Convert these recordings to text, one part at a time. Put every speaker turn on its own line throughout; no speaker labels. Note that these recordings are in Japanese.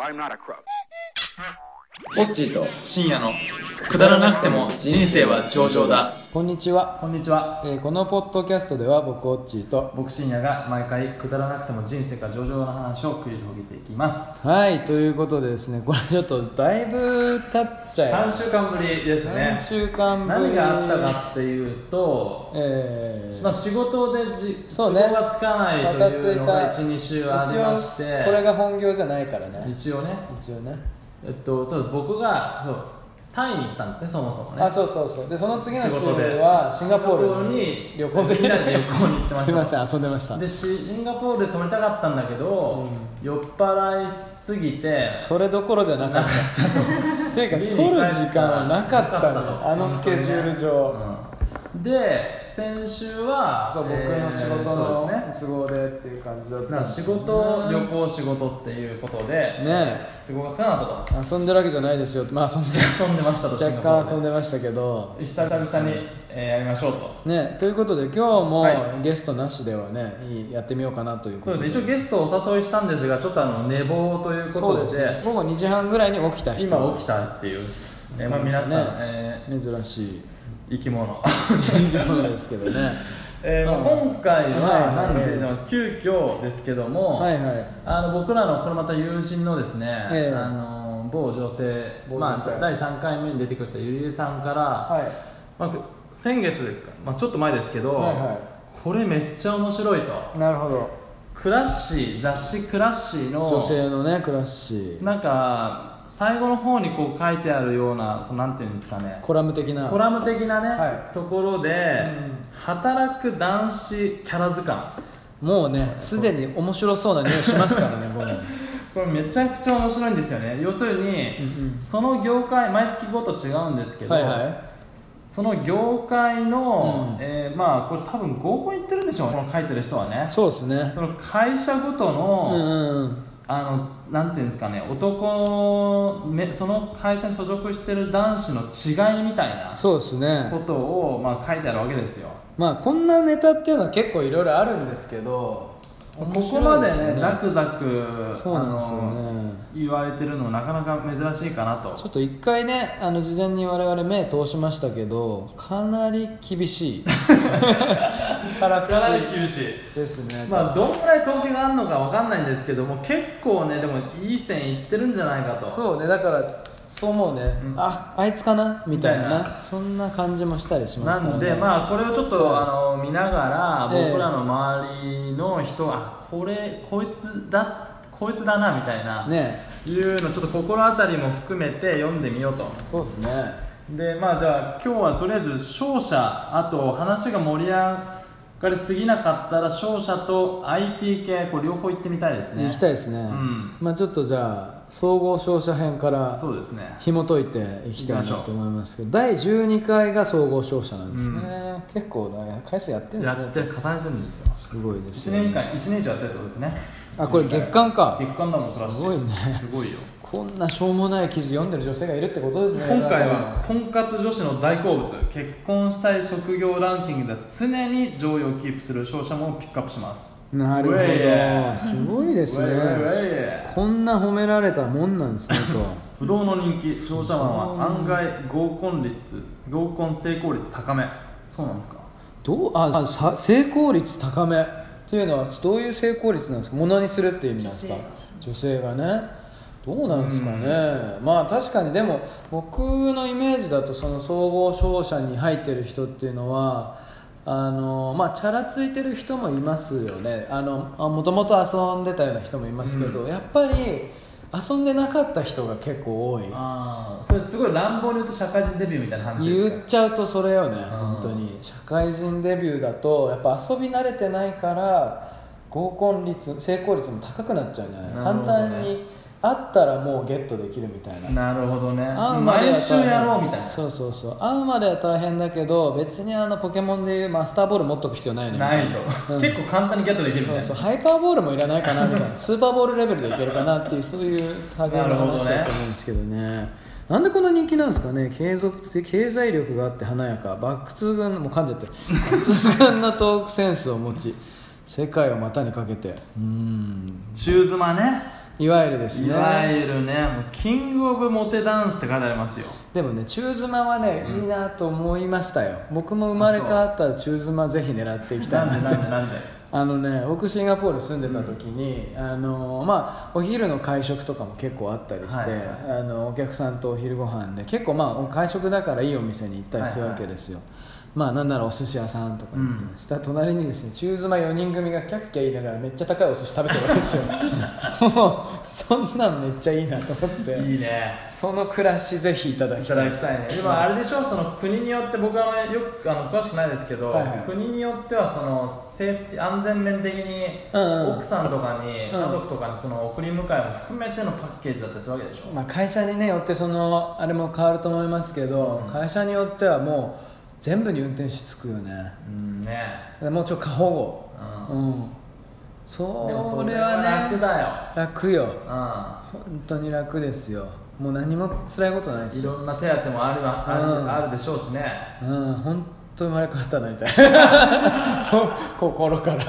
I'm not a crook.
ポッチーと
深夜のくだらなくても人生は上々だ
こんにちは、
こんにちは
えーこのポッドキャストでは僕オッチーと
僕深夜が毎回くだらなくても人生が上々な話を繰り広げていきます
はいということでですねこれちょっとだいぶ経っちゃい
3
まし
週間ぶりです
た
ね
3週間ぶ
何
り
があったかっていうと、
えー
まあ、仕事でじ
そうね
都合がつかないというのが12週ありまして
一応これが本業じゃないからね
一応ね
一応ね
えっとそうです僕がそうタイに行ってたんですねそもそもね
あそうそうそうでその次の週
仕事で
はシンガポール
シン
旅
ガポ
行
ールに
で
みんなで旅行に行ってました
すいません遊んでました
でシンガポールで撮りたかったんだけど、酔っ払いすぎて
それどころじゃなかったていうか
家
取
に帰っ
る
たら
時間はなかっ
なかっ
たの
た
よ
と
あのスケジュール上、
うんで先週は
そう僕
えー
の仕事
そう
の
ですね
都合でっていう感じだった
なんか仕事旅行仕事っていうことで、
ね
都合がつかなかっ
え遊んでるわけじゃないですよまあ遊んで
たと遊んでましたとシンガポ
若
ール
干遊んでましたけど
で久々に、えーやりましょうと
ねえということで今日も
はい
ゲストなしではねいいやってみようかなというこ
そう
と
ですね一応ゲストをお誘いしたんですがちょっとあの寝坊というこ
そ
と
うで
です
ね午後2時半ぐらいに起きた人
今起きたっていう、えーまあ、皆さん、
ね
え
珍し い
ー生き物
そうですけどね
えーまあ
うん
今回
はい
は、
はい
えー急遽ですけども、
はいはい
あの僕らのこれまた友人のですね、
ええ
あの某女性
某女性
まあ、第3回目に出てくれたゆりえさんから、
はい
まあく、先月か、まあ、ちょっと前ですけど、
はいは
これめっちゃ面白いと
なるほど
クラッシー雑誌「クラッシーの」
女性のねクラッシー
なんか最後の方にこう書いてあるようなそのなんていうんですかね
コラム的な
コラム的なね、
はい
ところで、働く男子キャラ図鑑
もうねすでに面白そうな匂いしますからね僕
これめちゃくちゃ面白いんですよね要するに、その業界毎月ごと違うんですけど、
はいはい
その業界の、
うん
えーまあこれ多分合コン行ってるんでしょうねこの書いてる人はね
そうですね
その会社ごと
う
の、
んうんうん
あのなんていうんですかね男めその会社に所属してる男子の違いみたいな
そうです
こ
ね
とを、まあ、書いてあるわけですよ
まあこんなネタっていうのは結構いろいろあるんですけど
ここまでねザ
ざ
クザク、
そうなんですよね
言われてるのもなかなか珍しいかなと
ちょっと一回ねあの事前に我々目通しましたけどかなり厳しい辛
かなり
口
厳しい
ですね、
まあどんぐらい統計があるのかわかんないんですけども結構ねでもいい線いってるんじゃないかと
そうねだからそう思うね、
うん
ああいつかなみたいな
みたいな
そんな感じもしたりしま
な
すから、ね、
んでまあこれをちょっとあの見ながら
ええ
僕らの周りの人あこれこいつだこいつだなみたいな、
ね
いうのちょっと心当たりも含めて読んでみようと
そうですね
でまあじゃあ今日はとりあえず勝者あと話が盛り上がりすぎなかったら勝者と IT 系これ両方行ってみたいですね
行きたいですね、
ん
まあちょっとじゃあ総合商社編から
そうですね
紐解いていきたいなと思いますけど第12回が総合商社なんですね、結構ね回数やってるんですね
やってる重ねてるんですよ
すごいです
1
ね
年間一年以上やってるってことですね
あこれ月間か
月間だもんクラッシュ
すごいね
すごいよ
こんなしょうもない記事読んでる女性がいるってことですね
今回は婚活女子の大好物結婚したい職業ランキングでは常に上位をキープする勝者もピックアップします
なるほ
ウェイウェ
ど
イ
すごいですね
ウェイウェイウェイ
こんな褒められたもんなんですね
不動の人気商社マンは案外合コン率合コン成功率高めそうなんですか
とどうああさ成功率高めっていうのはどういう成功率なんですかものにするっていう意味なんですか女性がねどうなんですかね、まあ確かにでも僕のイメージだとその総合商社に入ってる人っていうのはあのまあチャラついてる人もいますよねあのあもともと遊んでたような人もいますけど、やっぱり遊んでなかった人が結構多い
ああそれすごい乱暴に言うと社会人デビューみたいな話です
言
か
っちゃうとそれよね、本当に社会人デビューだとやっぱ遊び慣れてないから合コン率成功率も高高くなっちゃうんじゃない
なる
簡
ほどね
単に会ったらもうゲットできるみたいな
なるほどね
会うまでは
毎
大
週
変
やろうみたいな
そうそうそう会うまでは大変だけど別にあのポケモンでいうマスターボール持っとく必要ないねみた
ないい
な
と、結構簡単にゲットできるみたいな
そうそうハイパーボールもいらないかなみ たいなスーパーボールレベルでいけるかなっていうそういう類の話だと思うんですけどねなんでこんな人気なんですかね継続的経済力があって華やかバックツー軍もう噛んじゃってる抜群のトークセンスを持ち世界を股にかけてうーん
中妻ね
いわゆるですね
いわゆるねもうキングオブモテ男子って書いてありますよ
でもね中妻はね、いいなと思いましたよ僕も生まれ変わったら中妻ぜひ狙っていきたいなって
なんで
あのね僕シンガポール住んでた時に、あのまあ、お昼の会食とかも結構あったりして、
はいは
あのお客さんとお昼ご飯で結構まあ会食だからいいお店に行ったりするわけですよ、まあなんならお寿司屋さんとか行って、
うん
したら隣にですね中妻4人組がキャッキャ言いながらめっちゃ高いお寿司食べてるわけです よもうそんなんめっちゃいいなと思って
いいね
その暮らしぜひいただ
い
き
た
た
だ
い
きたいねでもあれでしょその国によって僕はあのよくあの詳しくないですけど、
はいはい
国によってはそのセーフティ安全面的に、
うんうん
奥さんとかに、
うん
家族とかにその送り迎えも含めてのパッケージだったりするわけでしょ、
まあ、会社にねよってそのあれも変わると思いますけど、会社によってはもう全部に運転手つくよね
うんね、
もうちょっと過保護
う
うんそ
ん、でもそ
れ
れ
は
は
ね
楽だよ、
楽よ
う
本当に楽ですよもう何も辛いことないで
ん、い
すよ
ろんな手当もあるわある,、
うん
あるでしょうしね
うん本当生まれ変わったなみたいな 心から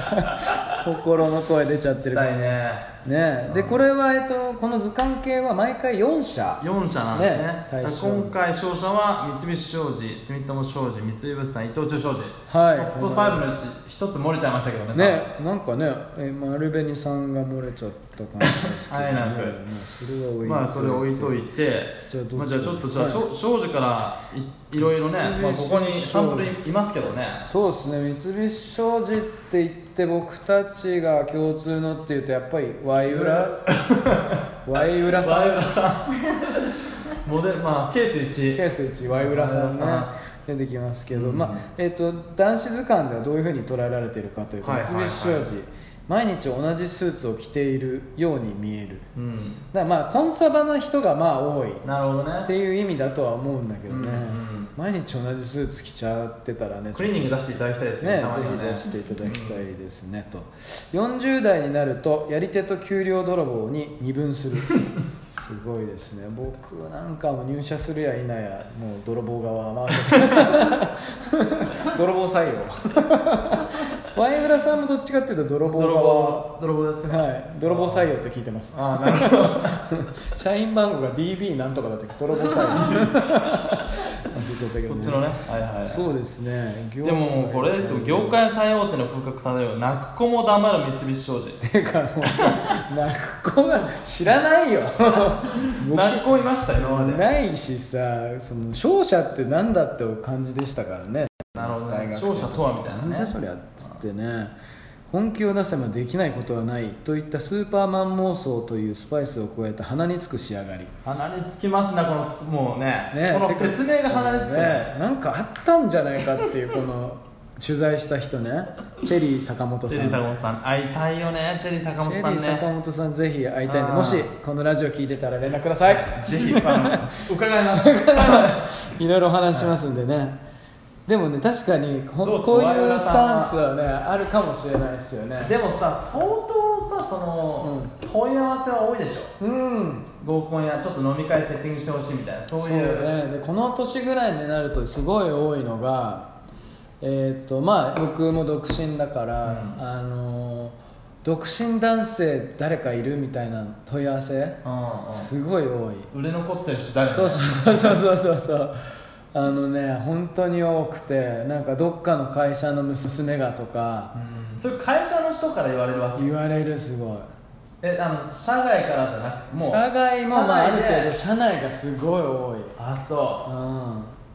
心の声出ちゃってるか
だ
ら
い
ね
ね
えでこれは、えっと、この図鑑系は毎回4社
4社なんですね
ね
だから今回勝者は三菱商事住友商事三井物産伊藤忠商事、
はい
トップ5のうち一つ漏れちゃいましたけどね
ねなんかねえ丸紅さんが漏れちゃった感じですけど、ね、
あえなく
まあそれは置いといて
まあそれ置いといて
じゃあどっち
まあ、じゃあちょっとじゃあ、
はい
しょ少女からいいろいろね、まあ、ここにサンプルいいますけどね
そうですね三菱商事って言って僕たちが共通のっていうとやっぱりワイ ウラワイウラさ
ワイ
ん
ウラさんモデルまあケース1
ケース1ワイウラさんね
ワイウラ
出てきますけど、
うん
まあえっと男子図鑑ではどういうふうに捉えられているかというと、
はいはいはい
三菱商事毎日同じスーツを着ているように見える
うん
だからまあコンサバな人がまあ多い
なるほど
って
ね
いう意味だとは思うんだけど
う
ね、
んうん
毎日同じスーツ着ちゃってたらね
クリーニング出していただきたいですね
ね
たまにはね
ぜひ出していただきたいですね、と40代になるとやり手と給料泥棒に二 分するすごいですね僕なんかも入社するや否やもう泥棒側回 せ て泥棒採用ワイウラさんもどっちかっていうと泥棒
泥
側
棒泥棒ですね
はい泥棒採用って聞いてます
ああなるほど
社員番号が DB なんとかだったっけ泥棒 採用忘れちゃったけど
そっ
ね
ちのねはいはい、はい
そうですね
でももうこれですよ業界最大手の風格漂う泣く子も黙る三菱商事
ていうかもうさ泣く子が知らな いよ僕
泣く子いました今まで
ないしさその勝者ってなんだって感じでしたからね
なるほど
大
ね
学生
勝者とはみたい
なんじ
な
ゃ
ね
そりゃっつってね本気を出せばできないことはないといったスーパーマン妄想というスパイスを超えた鼻につく仕上がり
鼻につきますなこのすもうね
ね
この説明が鼻につくね
ねなんかあったんじゃないかっていうこの取材した人ねチェリー坂本
チ
さ
ェリー
ん
坂本さん会いたいよねチェリー坂
チ
本
ェ
さ
リ
ん
ー坂
ね
本さんぜひ会いたいんで
あー
もしこのラジオ聞いてたら連絡ください
ぜひあの 伺います伺います
いろいろお話しますんでね、でもね確かにほん
どうですか
こう
ワイワ
いう
ラ
ス
さん
タ
は
ンスはねあるかもしれないですよね
でもさ相当さその、問い合わせは多いでしょ
うん
合コンやちょっと飲み会セッティングしてほしいみたいなそう
ね
いう
でこの年ぐらいになるとすごい多いのがえっ、とまあ僕も独身だから、
うん
あのー独身男性誰かいるみたいな問い合わせ
うんうん
すごい多い
売れ残ってる人誰
そうそうそうそうそうそうあのね本当に多くてなんかどっかの会社の娘がとか
うんそれ会社の人から言われるわけ
言われるすごい
えあの社外からじゃなくてもう
社外もまああ
社
る
内で
けど社内がすごい多い、
あそ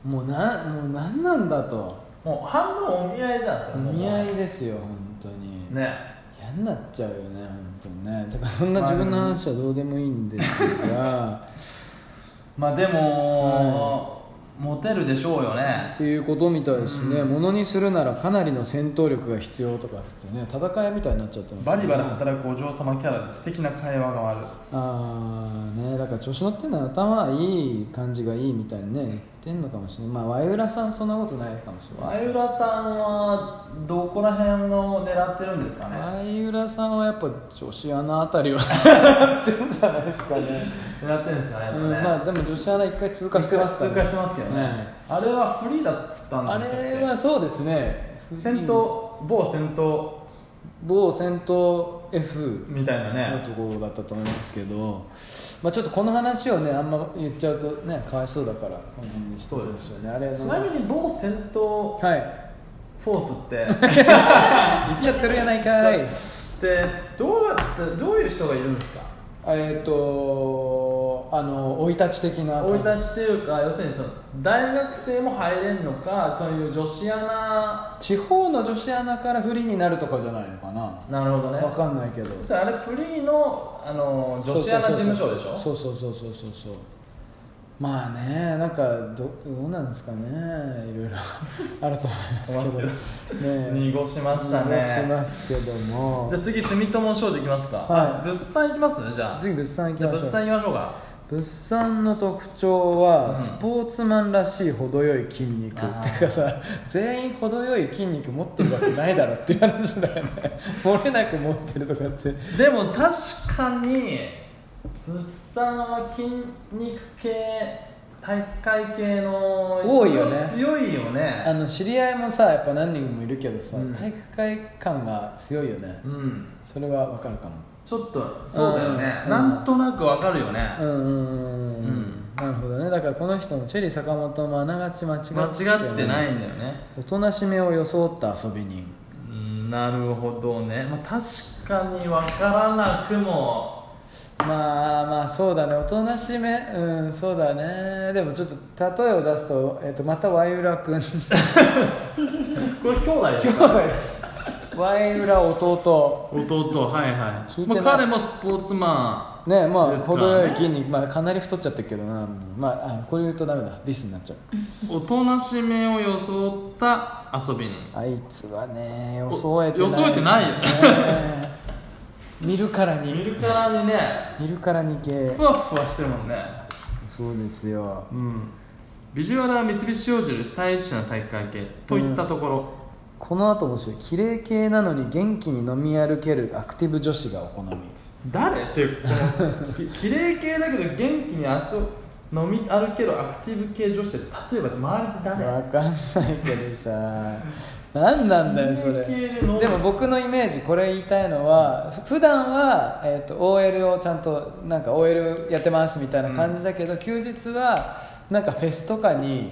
うん、もうなもう何なんだと
うもう半分お見合いじゃんそ
お
れもう
見合いですよ本当に
ね
嫌になっちゃうよね本当にねだからそんな自分の話はどうでもいいんですが
まあでも、モテるでしょうよね
っていうことみたいですねものにするならかなりの戦闘力が必要とかっつってね戦いみたいになっちゃってますね
バリバリ働くお嬢様キャラで知的な会話がある
あーねだから調子乗ってんのは頭いい感じがいいみたいにね言ってんのかもしれないまあワイウラさんそんなことないかもしれない
前浦さんはどこら辺を狙ってるんですかね
相浦さんはやっぱ女子アナあたりを やってるんじゃないですかね、
狙ってるんですかねやっ
う
ぱね、
ん、まあでも女子アナ一回通過してますから、
通過してますけどね、
ね
あれはフリーだった
あ
んでしたっけ
れはそうですね
戦闘某戦闘
某戦闘 F
みたいな
の
ね
ところだったと思いますけど、まあ、ちょっとこの話をねあんま言っちゃうとねかわいそうだからこの辺にしておきましょうねあれ
ちなみに某戦闘
はい
フォース って
言っちゃってるやないかい
でどうやってどういう人がいるんですか
えっ、とあの生い立ち的な
生い立ちというか要するにその大学生も入れんのかそういう女子ア
地方の女子アナから不利になるとかじゃないのかな
ナなるほどね
わかんないけど
それあれフリーのあの女子アナ事務所でしょ
そうそうそうそうそうそうまあねなんかどどうなんですかねいろいろ あると思いますけど
思いま
ね
濁しました
濁し
ね
ますけども
じゃあ次住友商事いきますか
はい
物産いきますねじゃあ
次物産行き
じゃあ
ま
物
しょう
産いきましょうか
物産の特徴は、
うん
スポーツマンらしい程よい筋肉ってい
あー
うかさ全員程よい筋肉持ってるわけないだろっていう話だよ ね漏れなく持ってるとかって
でも確かに物産は筋肉系体育会系の
多いよね
強いよ
あ
ね
の知り合いもさやっぱ何人もいるけどさ、
うん
体育会感が強いよね
うん
それはわかるかも
ちょっとそうだよね、
うん
なんとなくわかるよね、
うんうんうんうんなるほどねだからこの人のチェリー坂本もあながち間違って
間違ってないいんだよね
おとなしめを装った遊び人
うんなるほどね、まあ、確かにわからなくも
まあまあそうだねおとなしめうんそうだねでもちょっと例えを出すと,、えっとまたワイウラ 君
これ兄弟ですか
ですワイウラ弟
弟はいは
聞いて
ま
な
あ、
い
彼もスポーツマ
ねま
で
あ
すからね
程よい筋肉、まあ、かなり太っちゃったけどなまああこれ言うとダメだディスになっちゃう
ンおとなしめを装った遊び人
あいつはね装えて
お装えてないよ
ね 見るからに
見るからにね
見るからに系
ふわふわしてるもんね
そうですよ
うんビジュアルは三菱商事よりスタイリッシュな体育会系といったところ、
この後も白い綺麗系なのに元気に飲み歩けるアクティブ女子がお好み
誰っていうこの き綺麗系だけど元気に遊飲み歩けるアクティブ系女子って例えば周りで誰
わかんないけどさ何なんだよそれ
綺麗系で飲む
でも僕のイメージこれ言いたいのはふ普段はえっ、と OL をちゃんとなんか OL やってますみたいな感じだけど、休日はなんかフェスとかに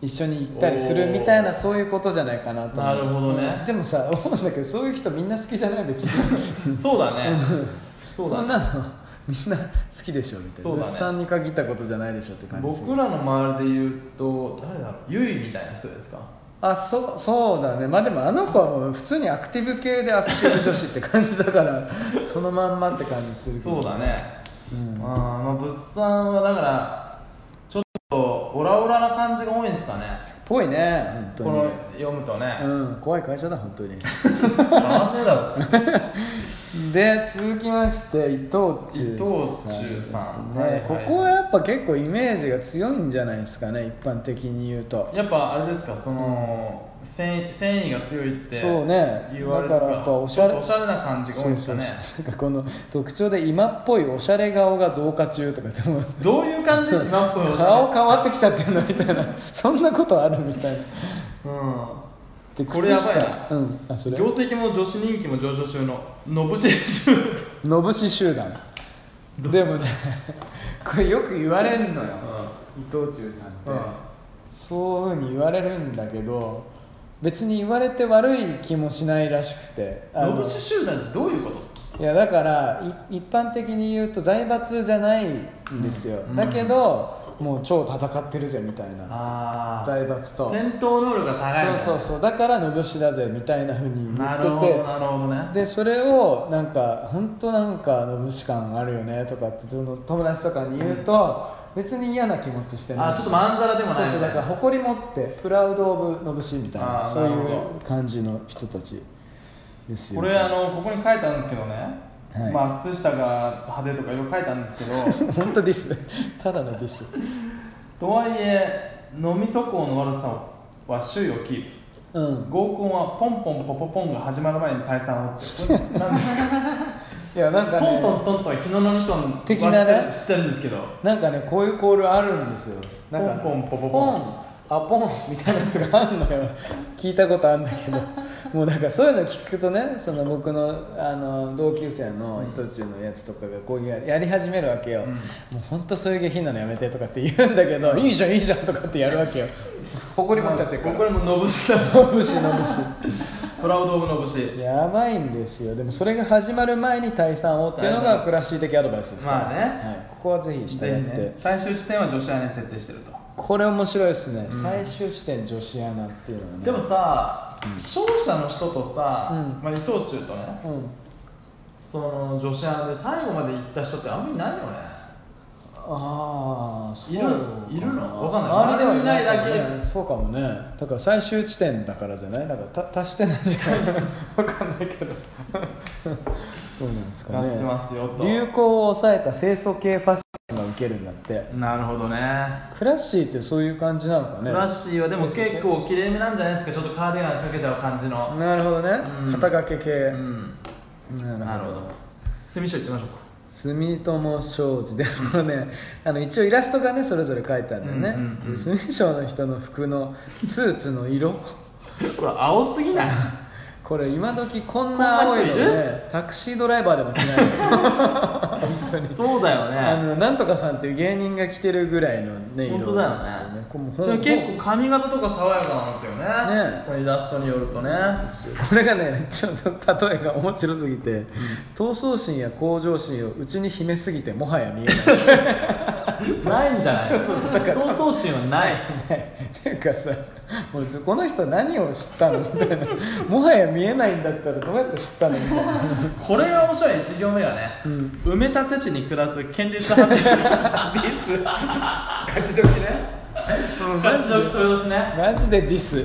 一緒に行ったりするみたい
お
な
ー
そういうことじゃないかなと思う
なるほどね
でもさ思うんだけどそういう人みんな好きじゃない別に
そうだね
そ
そうだ
ん
ね
なのみんな好きでしょみたいな
そうだね
物産に限ったことじゃないでしょって感じです
僕らの周りで言うと誰だろうゆいみたいな人ですか
あそうそうだねまあでもあの子はもう普通にアクティブ系でアクティブ女子って感じだから そのまんまって感じするけど
そうだね、
うん
まあまあ物産はだからちょっとオラオラな感じが多いんですかね
ぽいね
こ
本
の読むと
当
ね
にうん怖い会社だ本 当に
変わんねえだろって
で続きまして伊藤忠
伊藤忠さん
ね、
はいはい
ここはやっぱ結構イメージが強いんじゃないですかね一般的に言うと
やっぱあれですかその、繊維繊維が強いって
そうね
言われる
だからやっぱ おしゃれ
ちょっとおしゃれな感じが多いんですかね
そうそうそうなんかこの特徴で今っぽいおしゃれ顔が増加中とかでも
どういう感じ今っぽいおしゃ
顔変わってきちゃってるのみたいなそんなことあるみたいな
れ
で
これやばいな
靴下うんあそ
うん
れ
業績も女子人気も上昇中のノブシシュ
のぶし集団でもね これよく言われんのよ伊藤忠さんって、そういうふうに言われるんだけど別に言われて悪い気もしないらしくてあの
ノブシ集団ってどういうこと
いやだからい一般的に言うと財閥じゃないんですよ、
うん
だけど、もう超戦ってるぜみたいな
あ
ー財閥と
戦闘能力が高い
そうそうそうだからのぶしだぜみたいなふうに言
な
っ
る
て
ほ
て
どなるほどね
でそれをなんか本当なんかのぶし感あるよねとかってその友達とかに言うと、別に嫌な気持ちしてない
あちょっとまんざらでもない
そうそうだから誇り持ってプラウド・オブ・のぶしみたい
あ
な
ー
そうい
なるほ
う感じの人たちですよ
これあのここに書いてあるんですけどね、
はい
まあ靴下が派手とかいろいろ書いてあるんですけ ど
本当ですただのです
とはいえ飲み底の悪さは周囲をキープ
うん
合コンはポンポンポポポンが始まる前に退散をってこれ何ですか
いや なんか
トン
ね
トントンと日野の2トンは知って
的
る
なね
知ってるんですけど
なんかねこういうコールあるんですよなんか
ポンポンポポポン
ポンあポンみたいなやつがあんのよ聞いたことあんだけど もうなんかそういうの聞くとねその僕のあの同級生の途中のやつとかがこうややり始めるわけよ、もう本当そういう下品なのやめてとかって言うんだけ ど、いいじゃんいいじゃんとかってやるわけよ 誇り持っちゃってるか
これ
ら
ものぶしだ
のぶしのぶし
プラウド・オブ・のぶし
やばいんですよでもそれが始まる前に退散をっていうの
退散
がクラシー的アドバイスですから、
まあね
はい、ここはぜひ従って、
ね最終地点は女子アナに設定してると
これ面白いですね、最終視点女子アナっていうのがね
でもさ勝者の人とさ、
うん
まあ、伊藤忠とね
うん
その女子アナで最後まで行った人ってあんまりいないよね
ああそう
いるいるのわかんない
周りではいない
周りにいないだ
けそうかもねだから最終地点だからじゃないだからた足してないんじゃない わかんないけど そうなんですか
なって
ね
ますよと
流行を抑えた清楚系ファッションが受けるんだって
なるほどね
クラッシーってそういう感じなのかね
フラッシーはでも結構きれいめなんじゃないですかちょっとカーディガンかけちゃう感じの
なるほどね、
うん
肩掛け系、
うん
な
な
る
る
ほ
ほ
ど
ど住所行ってみましょうか
住友商事でこのね あの一応イラストがねそれぞれ書いてあるんだよね、
うんうんうん
で住商の人の服のスーツの色
これ青すぎない
これ今時こんな青いの
こんな人い
ねタクシードライバーでも着な いよ本当に
そうだ
あ
よね
のなんとかさんっていう芸人が着てるぐらいのね色
本当だよね
これもう
で
ほん
も結構髪型とか爽やかなんですよね
ね
これイラストによるとね
これがねちょっと例えが面白すぎて、闘争心や向上心をうちに秘めすぎてもはや見えな
な
い
いんじゃない闘争心はない
ねなんかさもうこの人何を知ったのみたいなもはや見えないんだったらどうやって知ったのみたいな
これが面白い1行目はね、埋め立て地に暮らす県立発信者ディス勝ち時ね勝ち時とよろしね
マジでディス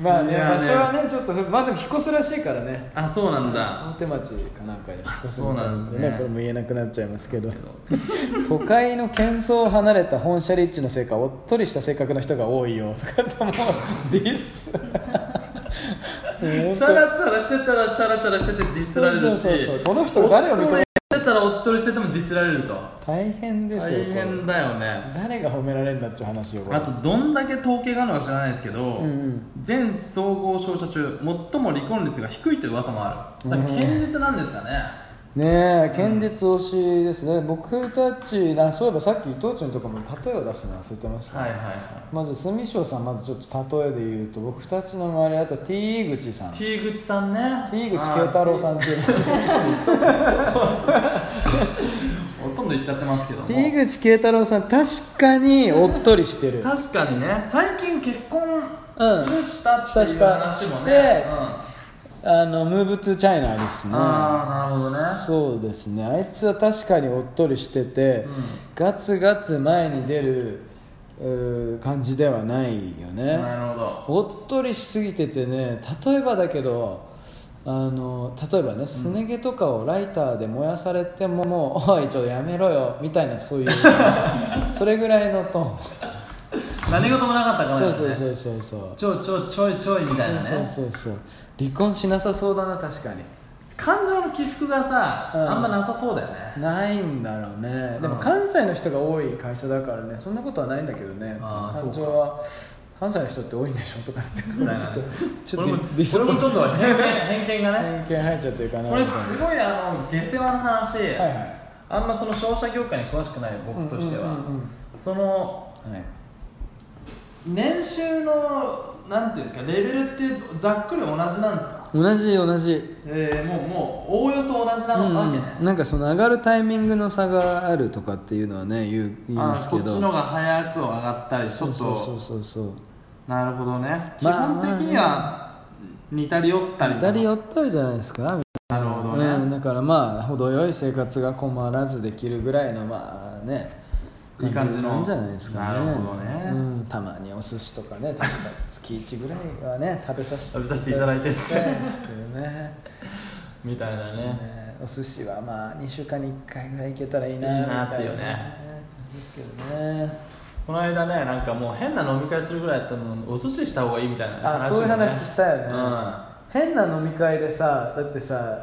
まあね
いやね
場所はねちょっとまあでも引っ越すらしいからね
あそうなんだ
大手町かなんかに引っ越すみたい
そうなんですね
これも言えなくなっちゃいますけど都会の喧騒を離れた本社立地のせいかおっとりした性格の人が多いよとかってもうディス
チャラチャラしてたらチャラチャラしててディスられるし
そうそうそうこの人誰を認め
おっとりしてたらおっとりしててもディスられると
大変ですよ
大
これ
変だよね
誰が褒められるんだっていう話よこれ
あとどんだけ統計があるのか知らないですけど、
うんうん
全総合商社中最も離婚率が低いという噂もあるだから堅実なんですかね、
ねえ堅実推しですね、僕たちあそういえばさっき伊藤忠のとこも例えを出すの忘れてました、
はいはいはい
まず住庄さんまずちょっと例えで言うと僕たちの周りだと T 口さん T
T 口さんね
口清太郎さんって いう
あーほとんど言っちゃってますけども
T 口清太郎さん確かにおっとりしてる
確かにね最近結婚
うん
するしたっていう話も
し
ね、
て
うん
あのムーブ・トゥ・チャイナですね
ああなるほどね
そうですねあいつは確かにおっとりしてて、
うん
ガツガツ前に出るうー感じではないよね
なるほど
おっとりしすぎててね例えばだけどあの例えばねすね毛とかをライターで燃やされても、もう おいちょっとやめろよみたいなそ ういうそれぐらいのト
何事もなかったか
ーン
ら
そう
ね
そうそうそうそ
ち
う
ょいちょいちょいちょいみたいなね
そうそうそう離婚しなさそうだな確かに
感情の起伏がさ、
うん
あんまなさそうだよね
ないんだろうねでも
うん
関西の人が多い会社だからねそんなことはないんだけどね
あー
感情は関西の人って多いんでしょとかって
みたいな
ちょっとちょ
こ
っ
れ
と
も
ディス
これもちょっと偏見偏見がね
偏見入っちゃってるかな
これすごいあの下世話の話、
はいはい
あんまその商社業界に詳しくない僕としては、
うんうんうん
その
はい
年収のなんていうんですかレベルってざっくり同じなんですか
同じ同じ
えー、もうもうおおよそ同じな
う
の
ん
わ
う
けね、
んなんかその上がるタイミングの差があるとかっていうのはね言う言いま
あ
すけ
こ
ど
っちのが早く上がったりちょっと
そうそうそうそう
なるほどね、
まあ
基本的には似たり寄ったり
当たり寄ったりじゃないですか
なるほどね、
うん、だからまあ程よい生活が困らずできるぐらいのまあね
いい感じの
なんじゃないですかね
なるほどね
うん、たまにお寿司とかね確か月1ぐらいはね食べさせて
食べさせていただいて
いただきたいですよね
みたいなね
ねお寿司はまあ2週間に1回ぐらい行けたらいいない
い
みたい
な
な
っていうね
ですけどね
この間ねなんかもう変な飲み会するぐらいだったのにお寿司した方がいいみたいなね、
あそういう
もね
話したよね、
うん
変な飲み会でさだってさ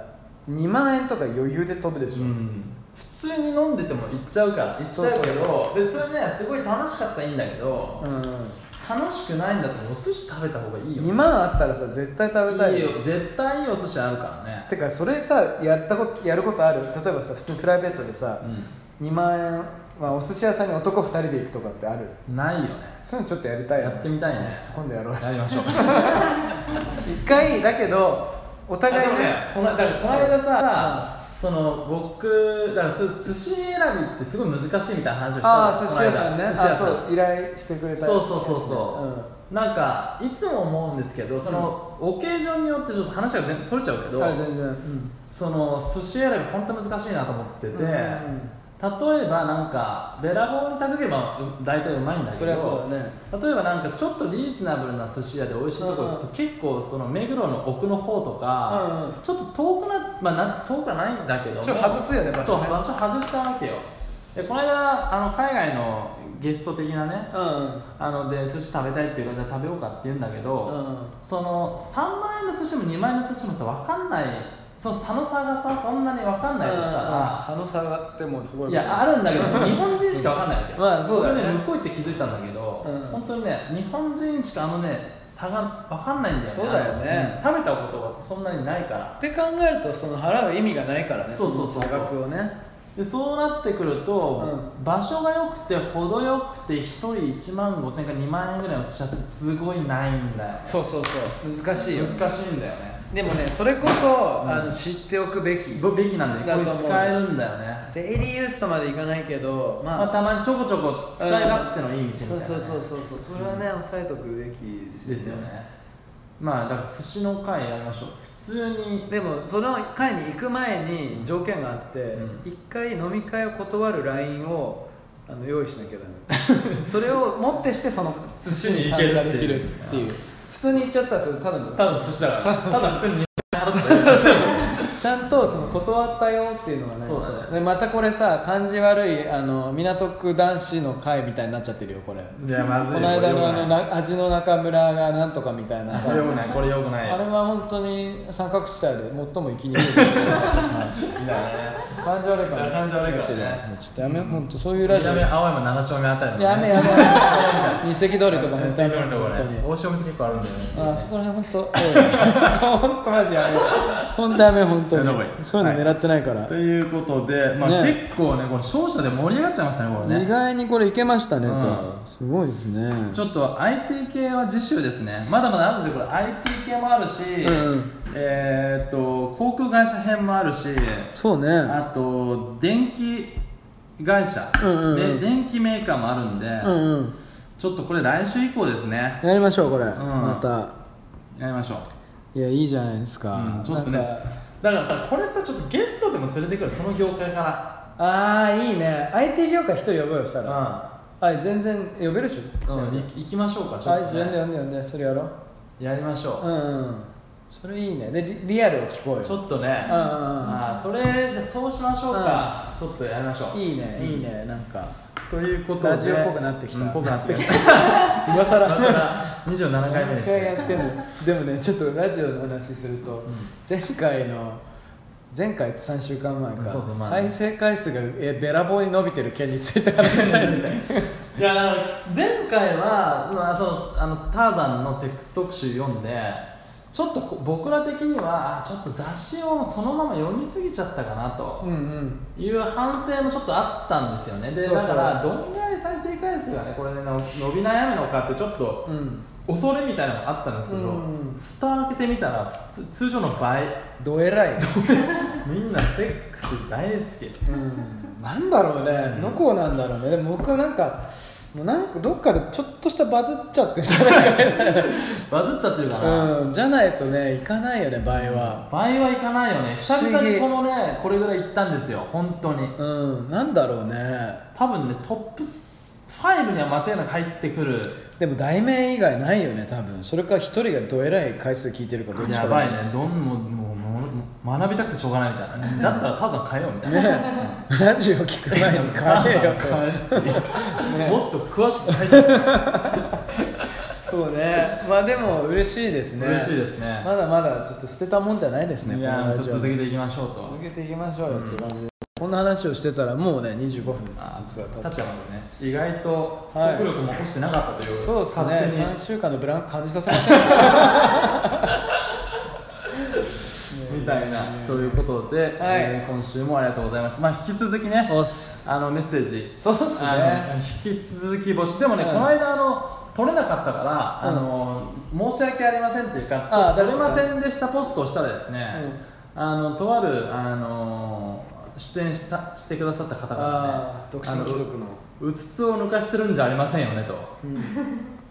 2万円とか余裕で飛ぶでしょ、
うん普通に飲んでても行っちゃうから行っちゃうけど
そ
でそれねすごい楽しかったらいいんだけど、
うん
楽しくないんだったらお寿司食べた方がいいよ
2万あったらさ絶対食べたい
いいよ絶対いいお寿司あるからね
てかそれさやったことやることある例えばさ普通にプライベートでさ、2万円、まあ、お寿司屋さんに男2人で行くとかってある
うんないよね
そういうのちょっとやりたい
やってみたいね
そう今度やろう
やりま しょう
一回だけどお互いね
このだからこの間さ、その僕だからす寿司選びってすごい難しいみたいな話をしたの
ああ寿司屋さんね
この間
あ
寿司屋さん
そう依頼してくれた
そうそうそうそう、なんかいつも思うんですけどその、オケージョンによってちょっと話が全それちゃうけ
う
ど、
ん、あ全然、うん、
その寿司選び本当難しいなと思ってて、
うんうんうん
例えばなんかべらぼうに高ければう大体うまいんだけ
そり
ど
ゃそうだね
例えばなんかちょっとリーズナブルな寿司屋で美味しいとこ行くと、
うん
結構その目黒の奥の方とか、
うんうん
ちょっと遠くな,、まあ、な遠くはないんだけども
ちょっと外すよね場
そ
所
う
ね
場所外したわけよでこの間あの海外のゲスト的なね
うん
あので寿司食べたいっていう感じで食べようかって言うんだけど、
うん
その3万円の寿司も2万円の寿司もさ分かんないその差の差がさそんなに分かんないとしたら、
佐野さんがってもうすごい
いやあるんだけど その日本人しか分かんないわけ
まあそうだよね
俺ね向こう行って気づいたんだけど、
うん
本当にね日本人しかあのね差が分かんないんだよね
そうだよね
あのうん食べたことがそんなにないから
って考えるとその払う意味がないからね
そうそうそうそう
の差額をね
でそうなってくると、場所が良くて程よくて1人1万5000円か2万円ぐらいの寿司屋さんすごいないんだよ
そうそうそう難しいよ
難しいんだよね
でもねそれこそ、あの知っておくべき
ぶべきなんで
だと
これ
思う
使えるんだよね
デイリーユースとまでいかないけどまあ、
まあ、たまにちょこちょこ使い勝手のいい店みたいな、ね、
そうそうそうそうそうそれはね、抑えとくべきです
ですよねまあだから寿司の会やりましょう普通に
でもその会に行く前に条件があって
うん
一、回飲み会を断る LINE をあの用意しなきゃダ メそれをもってしてその
寿司に行けるっていう
参加できるっていう普通に行っちゃったらそれただの
ただ寿司だからただ普通に
ちゃんとその断ったよっていうのがね
そうだね
でまたこれさ感じ悪いあの港区男子の会みたいになっちゃってるよこれ
いやまずい
この間のあの
これ
な味の中村がなんとかみたいなさ
よくないこれよくない
あれ
こ
は本当に三角地帯で最も生きにくいはい
れよくないいやね
感じ悪いから
感じ悪いからね
もうちょっとやめ本当そういうラジオや
南
め
青山七丁目あたりのね
やめやめ日赤通りとかも
ね
う
大通
ダメ
りのとこ
本当
ね
に
美味しいお店結構あるんだよね
あそこら辺本当本当マジやめ本当やめ本当
やめた方がいい
にそういうの狙ってないから
ということで、まあ
ね
結構ねこれ勝者で盛り上がっちゃいましたねこれ
意
ね
外にこれいけましたね
うん
とすごいですね
ちょっと IT 系は次週ですねまだまだあるんですよこれ IT 系もあるし、
うん
えーっと航空会社編もあるし
そうね
あと電気会社、
うんうんうん
で電気メーカーもあるんで、
うんうん
ちょっとこれ来週以降ですね
やりましょうこれ
ん
また
やりましょう、
いやいいじゃないです
う
か
んちょっとね
なんか
だからこれさちょっとゲストでも連れてくるその業界か
ああいいね IT 業界一人呼ぼうよしたら
ら
あ全然呼べるでしょ、
うん、うん、い行きましょうかちょ
あ
っと、
全然
ね、
呼んで呼んでそれやろう
やりましょう、
うん、うん、それいいねでリリアルを聞こうよ
ちょ
っ
っとね、
うんうんうん
あーそれじゃあそうしましょうか、ちょっとやりましょう
いいねいいねなんか
ということで
ラジオっぽくなってきた、
うんぽくなってきた
今更
今更27回目でし
一
た
回やってんのでもねちょっとラジオの話すると、前回の前回って3週間前か
そうそうまあ
再生回数がえべらぼうに伸びてる件について話したい
いやだから前回は、まあ、そのあのターザンのセックス特集読んでちょっとこ僕ら的にはあちょっと雑誌をそのまま読みすぎちゃったかなと
うんうん
いう反省もちょっとあったんですよねで
そうそう
だからどんぐらい再生回数がねこれでの伸び悩むのかってちょっと
うん
恐れみたいなのがあったんですけど、
うん
蓋開けてみたら普通通常の倍
どえらい、
みんなセックス大好き
うん、なんだろうね、どこなんだろうねでも僕はなんかもうなんかどっかでちょっとしたバズっちゃってるんじゃないか
バズっちゃってるかな、
な、うん、じゃないとねいかないよね場合は
倍はいかないよね久々にこのねこれぐらい行ったんですよ本当に
うんなんだろうね
多分ねトップ5には間違いなく入ってくる
でも題名以外ないよね多分それか一人がどえらい回数聞いてるかどっちか
や
だ
ばいねどんもうもうもうもう学びたくてしょうがないみたいなねだったらターザン変えようみたいな、
ねラジオ聞く前に帰 れよと
変えようもっと詳しく書いて
そうねまあでも嬉しいですね
嬉しいですね
まだまだちょっと捨てたもんじゃないですね
いや
この
ー
ラ
ちょっ
ジ
と
オ
続けていきましょうと
続けていきましょうよって感じでこんな話をしてたらもうね25分
あ
実は
ー立
経
っ
っち
ち
ゃ
ゃ
う
いますね意外と
はい
国力も落ちてなかったという、
そうですね
勝手に
3週間のブランク感じさせませんか
みたいなということで、えー今週もありがとうございました、まあ、引き続きね
おっす
あのメッセージ
そうっす
あ
ね
の引き続き募集でもね、
うん
この間あの取れなかったから、
うん
あの申し訳ありませんというか
あー
取れ
確か
ま
に
せんでしたポストをしたらですね、あのとあるあの出演したしてくださった方が
ああ
ね
独身貴族の
あのうつつを抜かしてるんじゃありませんよねと
うん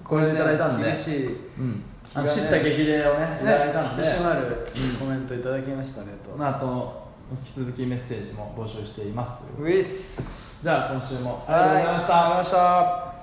これでいただいたんで、
厳しい
うん、
気
あ
が
の
ね
知った激励をねいただいたん
ね
で、
引き締まるコメントいただきましたねと
まあ、あと引き続きメッセージも募集しています
ウィス
じゃあ今週もありがとう
はい
ございました、
ありがとうございました